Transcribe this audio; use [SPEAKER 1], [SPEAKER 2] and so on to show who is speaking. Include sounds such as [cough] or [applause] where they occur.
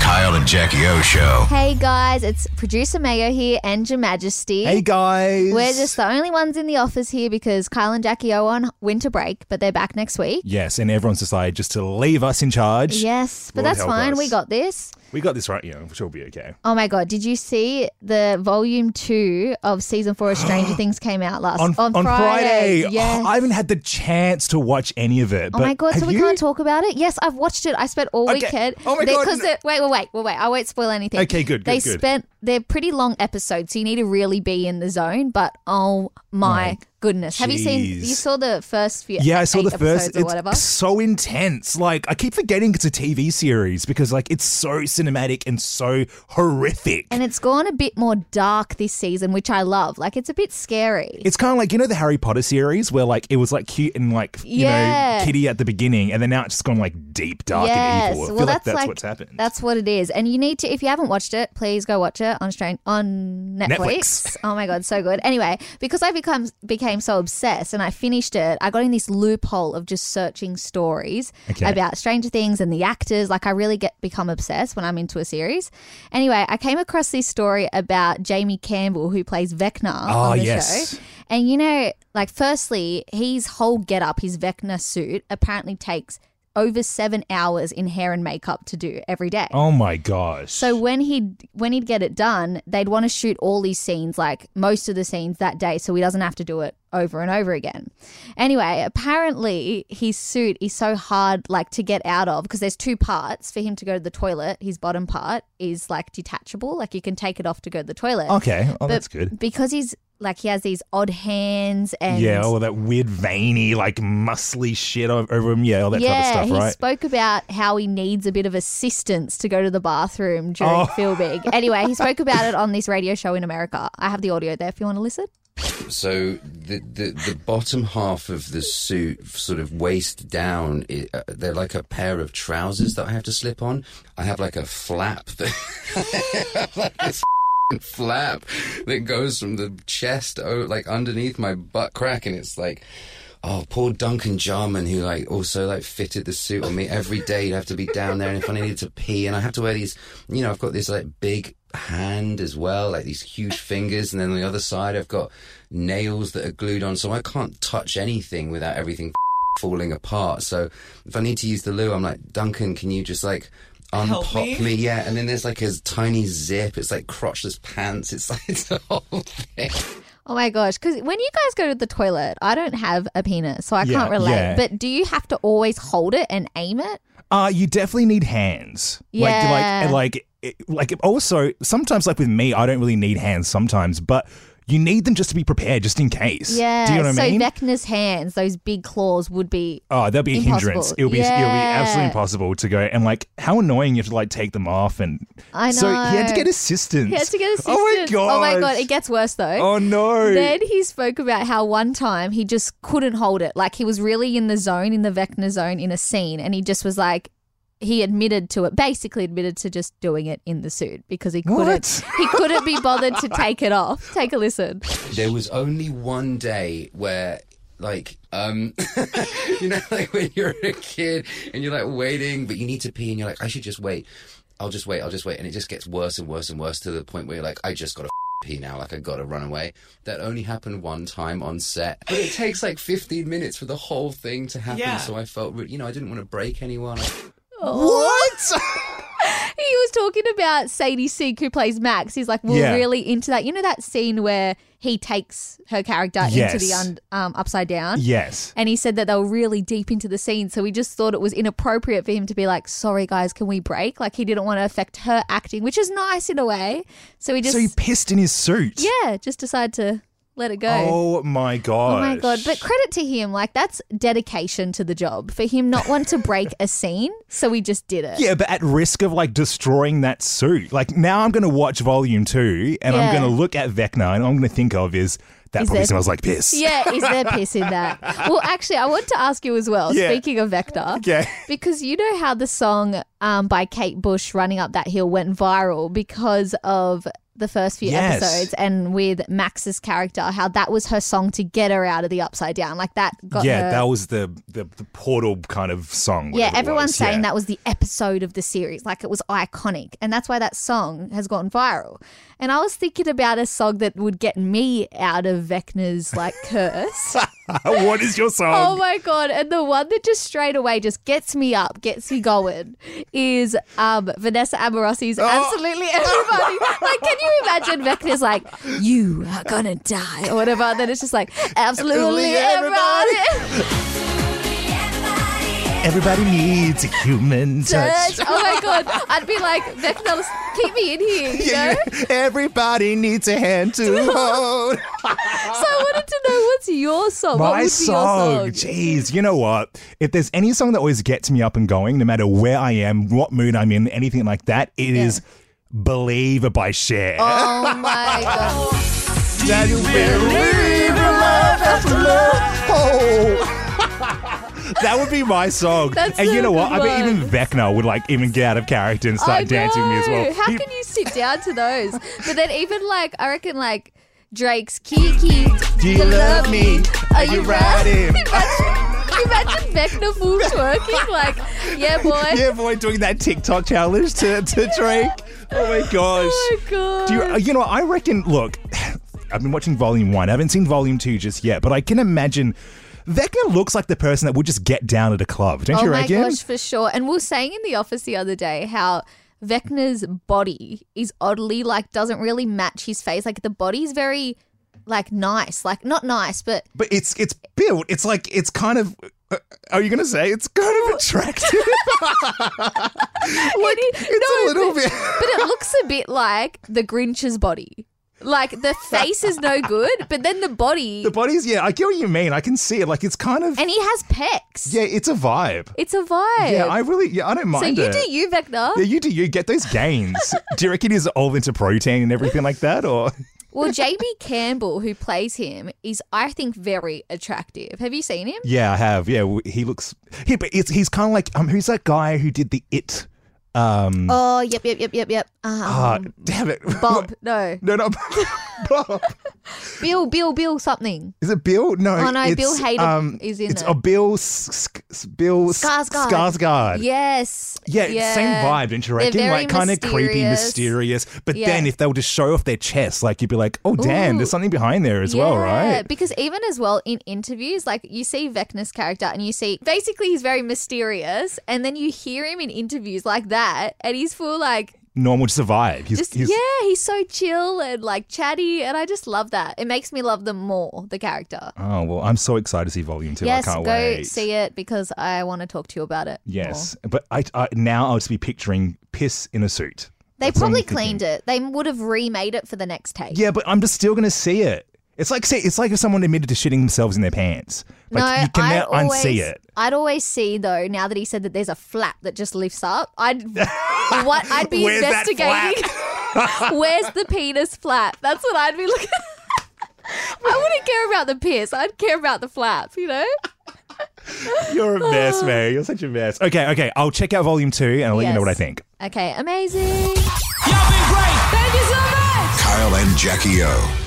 [SPEAKER 1] Kale and Jackie O show.
[SPEAKER 2] Hey guys, it's producer Mayo here and your majesty.
[SPEAKER 3] Hey guys.
[SPEAKER 2] We're just the only ones in the office here because Kyle and Jackie are on winter break, but they're back next week.
[SPEAKER 3] Yes, and everyone's decided just to leave us in charge.
[SPEAKER 2] Yes, but
[SPEAKER 3] Lord
[SPEAKER 2] that's
[SPEAKER 3] help
[SPEAKER 2] fine.
[SPEAKER 3] us.
[SPEAKER 2] We got this.
[SPEAKER 3] We got this right, you know, she'll be okay.
[SPEAKER 2] Oh my god, did you see the volume two of season four
[SPEAKER 3] [gasps]
[SPEAKER 2] of Stranger Things came out last
[SPEAKER 3] On, on
[SPEAKER 2] Friday?
[SPEAKER 3] Friday.
[SPEAKER 2] Yes.
[SPEAKER 3] Oh, I haven't had the chance to watch any of it.
[SPEAKER 2] Oh my
[SPEAKER 3] but
[SPEAKER 2] god! So
[SPEAKER 3] have
[SPEAKER 2] we
[SPEAKER 3] you?
[SPEAKER 2] can't talk about it. Yes, I've watched it. I spent all
[SPEAKER 3] Okay.
[SPEAKER 2] weekend.
[SPEAKER 3] Oh my
[SPEAKER 2] They-
[SPEAKER 3] God,
[SPEAKER 2] 'cause
[SPEAKER 3] no.
[SPEAKER 2] they're- Wait, wait, wait, wait, wait. I won't spoil anything.
[SPEAKER 3] Okay, good,
[SPEAKER 2] They
[SPEAKER 3] good, good.
[SPEAKER 2] spent. They're pretty long episodes, so you need to really be in the zone. But oh my goodness, have you seen?
[SPEAKER 3] jeez.
[SPEAKER 2] You saw the first few?
[SPEAKER 3] Yeah, I saw
[SPEAKER 2] eight
[SPEAKER 3] the first.
[SPEAKER 2] episodes or
[SPEAKER 3] It's
[SPEAKER 2] whatever.
[SPEAKER 3] so intense. Like I keep forgetting it's a TV series because like it's so cinematic and so horrific.
[SPEAKER 2] And it's gone a bit more dark this season, which I love. Like it's a bit scary.
[SPEAKER 3] It's kind of like you know the Harry Potter series where like it was like cute and like you
[SPEAKER 2] Yeah.
[SPEAKER 3] know kitty at the beginning, and then now it's just gone like deep, dark, and
[SPEAKER 2] yes.
[SPEAKER 3] evil. I feel
[SPEAKER 2] Well,
[SPEAKER 3] like
[SPEAKER 2] that's
[SPEAKER 3] that's
[SPEAKER 2] like-
[SPEAKER 3] what's happened.
[SPEAKER 2] That's what it is. And you need to, if you haven't watched it, please go watch it on Strain on Netflix.
[SPEAKER 3] Netflix.
[SPEAKER 2] [laughs] Oh my god, so good. Anyway, because I become became so obsessed and I finished it, I got in this loophole of just searching stories
[SPEAKER 3] Okay.
[SPEAKER 2] about Stranger Things and the actors. Like I really get become obsessed when I'm into a series. Anyway, I came across this story about Jamie Campbell who plays Vecna
[SPEAKER 3] Ah,
[SPEAKER 2] on the
[SPEAKER 3] yes.
[SPEAKER 2] show. And you know, like, firstly, his whole get up, his Vecna suit, apparently takes over seven hours in hair and makeup to do every day.
[SPEAKER 3] oh my gosh!
[SPEAKER 2] So when he'd when he'd get it done, they'd want to shoot all these scenes, like most of the scenes that day, so he doesn't have to do it over and over again. Anyway, apparently his suit is so hard like to get out of because there's two parts for him to go to the toilet. His bottom part is like detachable, like you can take it off to go to the toilet.
[SPEAKER 3] okay, oh
[SPEAKER 2] But
[SPEAKER 3] that's good.
[SPEAKER 2] Because he's like he has these odd hands and
[SPEAKER 3] yeah, all that weird veiny, like muscly shit o- over him. Yeah, all that
[SPEAKER 2] yeah,
[SPEAKER 3] type of
[SPEAKER 2] he
[SPEAKER 3] stuff, right?
[SPEAKER 2] spoke about how he needs a bit of assistance to go to the bathroom during
[SPEAKER 3] Oh.
[SPEAKER 2] filming. Anyway, he spoke
[SPEAKER 3] [laughs]
[SPEAKER 2] about it on this radio show in America. I have the audio there if you want to listen.
[SPEAKER 4] So the, the the bottom half of the suit, sort of waist down, i uh, they're like a pair of trousers that I have to slip on. I have like a flap [laughs] that, like this [laughs] flap that goes from the chest, oh, like underneath my butt crack, and it's like. Oh, poor Duncan Jarman, who like also like fitted the suit on me every day. You'd have to be down there, and if I needed to pee, and I have to wear these, you know, I've got this like big hand as well, like these huge fingers, and then on the other side I've got nails that are glued on, so I can't touch anything without everything [laughs] falling apart. So if I need to use the loo, I'm like, Duncan, can you just like unpop me? Yeah, and then there's like a tiny zip. It's like crotchless pants. It's [laughs] like it's the whole thing.
[SPEAKER 2] Oh my gosh, because when you guys go to the toilet, I don't have a penis, so I
[SPEAKER 3] Yeah,
[SPEAKER 2] can't relate.
[SPEAKER 3] yeah.
[SPEAKER 2] But do you have to always hold it and aim it?
[SPEAKER 3] Uh, you definitely need hands.
[SPEAKER 2] Yeah.
[SPEAKER 3] Like, like, like, like. Also, sometimes, like with me, I don't really need hands. Sometimes, but you need them just to be prepared, just in case.
[SPEAKER 2] Yeah.
[SPEAKER 3] Do you know what
[SPEAKER 2] so
[SPEAKER 3] I mean?
[SPEAKER 2] Vecna's hands, those big claws, would be.
[SPEAKER 3] Oh, that'd be a
[SPEAKER 2] Impossible.
[SPEAKER 3] hindrance. It'll be it'll be
[SPEAKER 2] Yeah.
[SPEAKER 3] absolutely impossible to go and like how annoying you have to like take them off and
[SPEAKER 2] I
[SPEAKER 3] so he had to
[SPEAKER 2] know.
[SPEAKER 3] get assistance.
[SPEAKER 2] He has to get assistance.
[SPEAKER 3] [laughs] Oh my god.
[SPEAKER 2] Oh my god! It gets worse though.
[SPEAKER 3] Oh no.
[SPEAKER 2] Then he spoke about how one time he just couldn't hold it. Like he was really in the zone, in the Vecna zone, in a scene, and he just was like, he admitted to it, basically admitted to just doing it in the suit because he couldn't,
[SPEAKER 3] What?
[SPEAKER 2] he couldn't be bothered
[SPEAKER 3] [laughs]
[SPEAKER 2] to take it off. Take a listen.
[SPEAKER 4] There was only one day where, like, um, [laughs] you know, like when you're a kid and you're like waiting, but you need to pee and you're like, I should just wait. I'll just wait. I'll just wait. And it just gets worse and worse and worse to the point where you're like, I just got to pee now. Like, I got to run away. That only happened one time on set. But it takes like 15 minutes for the whole thing to happen. So I felt, re- you know, I didn't want to break anyone.
[SPEAKER 3] what?
[SPEAKER 2] [laughs] He was talking about Sadie Sink, who plays Max. He's like, we're
[SPEAKER 3] Yeah.
[SPEAKER 2] really into that. You know that scene where he takes her character into the
[SPEAKER 3] Yes.
[SPEAKER 2] un- um, upside down.
[SPEAKER 3] yes.
[SPEAKER 2] And he said that they were really deep into the scene, so we just thought it was inappropriate for him to be like, "Sorry, guys, can we break?" Like he didn't want to affect her acting, which is nice in a way. So he just,
[SPEAKER 3] so he pissed in his suit.
[SPEAKER 2] yeah, just decided to let it go.
[SPEAKER 3] Oh my god.
[SPEAKER 2] Oh my god! But credit to him, like that's dedication to the job for him not want to break a scene. So we just did it.
[SPEAKER 3] yeah, but at risk of like destroying that suit. Like now I'm gonna watch volume two and
[SPEAKER 2] Yeah.
[SPEAKER 3] I'm gonna look at Vecna and all I'm gonna think of is that
[SPEAKER 2] Is
[SPEAKER 3] probably
[SPEAKER 2] there-
[SPEAKER 3] smells like piss. [laughs]
[SPEAKER 2] Yeah, is there piss in that? Well, actually, I want to ask you as well.
[SPEAKER 3] Yeah.
[SPEAKER 2] Speaking of Vector,
[SPEAKER 3] Okay.
[SPEAKER 2] because you know how the song um, by Kate Bush, "Running Up That Hill," went viral because of the first few
[SPEAKER 3] Yes.
[SPEAKER 2] episodes and with Max's character, how that was her song to get her out of the upside down. Like that got
[SPEAKER 3] yeah,
[SPEAKER 2] her.
[SPEAKER 3] that was the, the the portal kind of song.
[SPEAKER 2] yeah,
[SPEAKER 3] whatever it
[SPEAKER 2] everyone's
[SPEAKER 3] was.
[SPEAKER 2] saying
[SPEAKER 3] Yeah.
[SPEAKER 2] that was the episode of the series. Like it was iconic. And that's why that song has gone viral. And I was thinking about a song that would get me out of
[SPEAKER 3] [laughs]
[SPEAKER 2] Vecna's like curse.
[SPEAKER 3] what is your song? [laughs]
[SPEAKER 2] Oh my god! And the one that just straight away just gets me up, gets me going, is um, Vanessa Amorosi's absolutely everybody. like, can you imagine Vecna's like, "You are gonna die" or whatever? And then it's just like,
[SPEAKER 3] Absolutely
[SPEAKER 2] "Absolutely
[SPEAKER 3] everybody."
[SPEAKER 2] [laughs] everybody."
[SPEAKER 3] Everybody needs a human touch.
[SPEAKER 2] oh my god! I'd be like, Vecna, keep me in here. You know?
[SPEAKER 3] [laughs] Everybody needs a hand
[SPEAKER 2] [laughs]
[SPEAKER 3] to hold.
[SPEAKER 2] So I wanted to know what's your song. what
[SPEAKER 3] My
[SPEAKER 2] would
[SPEAKER 3] song.
[SPEAKER 2] be your song?
[SPEAKER 3] Jeez, you know what? If there's any song that always gets me up and going, no matter where I am, what mood I'm in, anything like that, it is Believer by Cher.
[SPEAKER 2] Oh my god!
[SPEAKER 3] That you believe in love after love. Oh. [laughs] That would be my song.
[SPEAKER 2] [laughs] That's
[SPEAKER 3] and you
[SPEAKER 2] a
[SPEAKER 3] know what?
[SPEAKER 2] good
[SPEAKER 3] I bet
[SPEAKER 2] one.
[SPEAKER 3] even Vecna would like even get out of character and start
[SPEAKER 2] I
[SPEAKER 3] dancing with me as
[SPEAKER 2] know.
[SPEAKER 3] well.
[SPEAKER 2] How
[SPEAKER 3] He-
[SPEAKER 2] can you sit down to those? But then even like I reckon like Drake's Kiki,
[SPEAKER 3] Do you love me?
[SPEAKER 2] Are you
[SPEAKER 3] riding?
[SPEAKER 2] riding? [laughs] Imagine, imagine Vecna full twerking like, yeah boy.
[SPEAKER 3] [laughs] yeah, boy, doing that TikTok challenge to,
[SPEAKER 2] [laughs]
[SPEAKER 3] to Drake. Oh my gosh.
[SPEAKER 2] Oh my god.
[SPEAKER 3] Do you, uh, you know, I reckon, look, [sighs] I've been watching Volume 1. I haven't seen Volume 2 just yet, but I can imagine Vecna looks like the person that would just get down at a club. Don't
[SPEAKER 2] oh
[SPEAKER 3] you
[SPEAKER 2] my
[SPEAKER 3] reckon?
[SPEAKER 2] gosh, for sure. And we were saying in the office the other day how Vecna's body is oddly like doesn't really match his face. Like the body's very like nice, like not nice, but
[SPEAKER 3] But it's it's built. It's like it's kind of. Uh, are you gonna say it's kind of attractive?
[SPEAKER 2] [laughs] like,
[SPEAKER 3] it's a little bit.
[SPEAKER 2] [laughs] But it looks a bit like the Grinch's body. Like the face is no good, but then the body,
[SPEAKER 3] [laughs] The body's yeah. I get what you mean. I can see it. Like it's kind of
[SPEAKER 2] and he has pecs.
[SPEAKER 3] yeah. It's a vibe.
[SPEAKER 2] It's a vibe.
[SPEAKER 3] Yeah, I really yeah. I don't
[SPEAKER 2] so
[SPEAKER 3] mind
[SPEAKER 2] you
[SPEAKER 3] it.
[SPEAKER 2] do you, Vecna.
[SPEAKER 3] Yeah, you do. You get those
[SPEAKER 2] [laughs]
[SPEAKER 3] gains. do you reckon he's all into protein and everything like that, or [laughs]
[SPEAKER 2] Well, JB Campbell, who plays him, is I think very attractive. Have you seen him?
[SPEAKER 3] yeah, I have. Yeah, w- he looks. He, but it's, he's kind of like um. Who's that guy who did the it? Um.
[SPEAKER 2] Oh, yep, yep, yep, yep, yep. Um,
[SPEAKER 3] ah, damn it, [laughs]
[SPEAKER 2] Bob, no,
[SPEAKER 3] No, no, Bob. [laughs]
[SPEAKER 2] Bill, Bill, Bill, something.
[SPEAKER 3] Is it Bill? No.
[SPEAKER 2] Oh, no,
[SPEAKER 3] it's,
[SPEAKER 2] Bill Hayden
[SPEAKER 3] um,
[SPEAKER 2] is in
[SPEAKER 3] it's
[SPEAKER 2] it.
[SPEAKER 3] a Bill. S- S- Bill S-
[SPEAKER 2] Skarsgård.
[SPEAKER 3] Skarsgård.
[SPEAKER 2] Yes.
[SPEAKER 3] Yeah, same vibe, don't you
[SPEAKER 2] They're
[SPEAKER 3] reckon?
[SPEAKER 2] very
[SPEAKER 3] Like kind of creepy, mysterious. But
[SPEAKER 2] Yeah.
[SPEAKER 3] then if they were to show off their chest, like you'd be like, oh damn,
[SPEAKER 2] Ooh.
[SPEAKER 3] there's something behind there as well, right?
[SPEAKER 2] Because even as well in interviews, like you see Vecna's character and you see basically he's very mysterious, and then you hear him in interviews like that, and he's full like
[SPEAKER 3] Normal to survive. He's,
[SPEAKER 2] just
[SPEAKER 3] he's-
[SPEAKER 2] yeah, he's so chill and like chatty, and I just love that. It makes me love them more, the character.
[SPEAKER 3] Oh well, I'm so excited to see Volume Two.
[SPEAKER 2] yes,
[SPEAKER 3] I can't
[SPEAKER 2] go
[SPEAKER 3] wait.
[SPEAKER 2] see it because I want to talk to you about it. more.
[SPEAKER 3] Yes, but I, I now I'll just be picturing piss in a suit.
[SPEAKER 2] They
[SPEAKER 3] That's what I'm
[SPEAKER 2] probably
[SPEAKER 3] thinking.
[SPEAKER 2] cleaned it. They would have remade it for the next take.
[SPEAKER 3] Yeah, but I'm just still gonna see it. It's like see, it's like if someone admitted to shitting themselves in their pants. Like you can now unsee it.
[SPEAKER 2] I'd always see though. Now that he said that there's a flap that just lifts up,
[SPEAKER 3] [laughs]
[SPEAKER 2] I'd what I'd be
[SPEAKER 3] Where's that
[SPEAKER 2] investigating. [laughs] Where's the penis flap? That's what I'd be looking. [laughs] I wouldn't care about the piss. I'd care about the flap. You know.
[SPEAKER 3] You're a mess, man. You're such a mess. Okay, okay. I'll check out Volume Two and I'll let you know
[SPEAKER 2] Yes.
[SPEAKER 3] what I think.
[SPEAKER 2] Okay, amazing.
[SPEAKER 1] Y'all been great.
[SPEAKER 2] Thank you so much.
[SPEAKER 5] Kyle and Jackie O.